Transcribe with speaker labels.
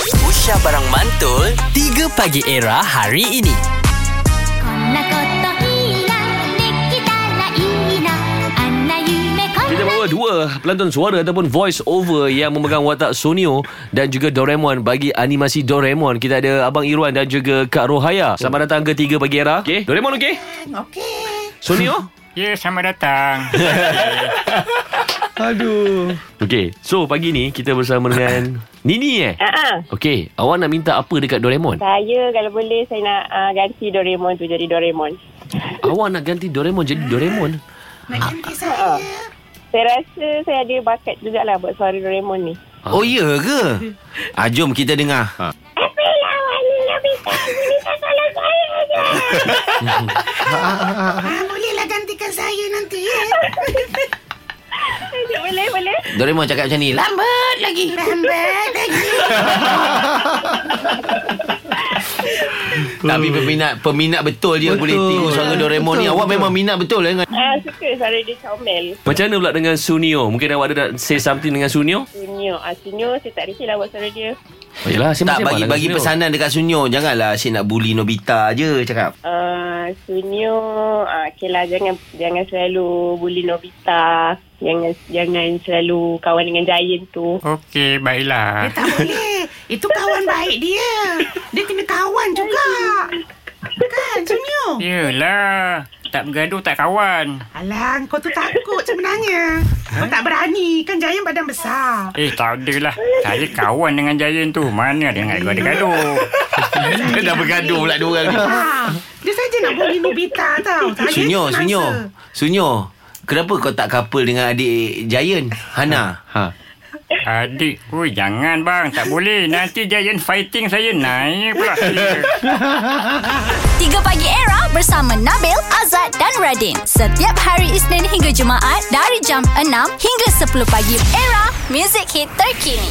Speaker 1: Aisyah Barang Mantul 3 Pagi Era hari ini
Speaker 2: こんなこといいなできたらいいなあんな夢こんな
Speaker 3: Kita bawa dua pelantun suara ataupun voice over yang memegang watak Sonio dan juga Doraemon bagi animasi Doraemon. Kita ada Abang Irwan dan juga Kak Rohaya. Selamat datang ke Tiga Pagi Era. Okay. Doraemon okey? Okey. Sonio?
Speaker 4: Ya, selamat datang.
Speaker 3: Okey. So, pagi ni kita bersama dengan Nini eh?
Speaker 5: Ah,
Speaker 3: Okey. Awak nak minta apa dekat Doraemon?
Speaker 5: saya kalau boleh saya nak uh, ganti Doraemon tu jadi Doraemon.
Speaker 3: Awak nak ganti Doraemon jadi Doraemon?
Speaker 5: Saya rasa saya ada bakat jugalah buat suara Doraemon ni.
Speaker 6: Oh ya ke? Ah, jom kita dengar. Ha.
Speaker 5: Apalah wani Nobita, Nobita tolong saya je.
Speaker 7: Ah, bolehlah gantikan saya nanti ya.
Speaker 5: Eh, boleh, boleh.
Speaker 6: Doraemon cakap macam ni. lah. Lam.
Speaker 7: Lambat lagi. Lambat lagi.
Speaker 6: Tapi peminat peminat betul dia betul. boleh tiru suara Doraemon betul, ni. Awak betul. memang minat betul eh dengan
Speaker 5: Ah, suka suara dia comel.
Speaker 3: Macam mana pula dengan Sunio? Mungkin awak ada nak say something dengan Sunio?
Speaker 5: Sunyo. Ah, Sunyo saya tak reti lah buat suara dia.
Speaker 3: Yalah,
Speaker 6: tak bagi bagi pesanan dekat Sunyo Janganlah asyik nak bully Nobita je Cakap
Speaker 5: Ah, Sunyo, ah, okay lah jangan, jangan selalu bully Nobita. Jangan jangan selalu kawan dengan Giant tu.
Speaker 4: Okey,
Speaker 7: Dia
Speaker 4: baiklah.
Speaker 7: Eh, tak boleh. Itu kawan baik dia. Dia kena kawan juga. Kan, Sunyo?
Speaker 4: Yelah, tak bergaduh tak kawan.
Speaker 7: Alang, kau tu takut sebenarnya. Kau tak berani. Kan Jayang badan besar.
Speaker 4: Eh, tak adalah. Saya kawan dengan Jayan tu. Mana ada nak gaduh-gaduh.
Speaker 6: Dia dah bergaduh pula dua orang ni
Speaker 7: Ha, dia saja nak bully Nobita tau. Saya
Speaker 6: Sunyo
Speaker 7: tak
Speaker 6: Sunyo
Speaker 7: rasa.
Speaker 6: Sunyo Kenapa kau tak couple dengan adik Giant Hana ha.
Speaker 4: Adik, ui, jangan bang. Tak boleh. Nanti Jayan fighting saya naik pula. saya.
Speaker 2: 3 Pagi Era bersama Nabil, Azad dan Radin Setiap hari Isnin hingga Jumaat dari jam 6 hingga 10 pagi Era, music hit terkini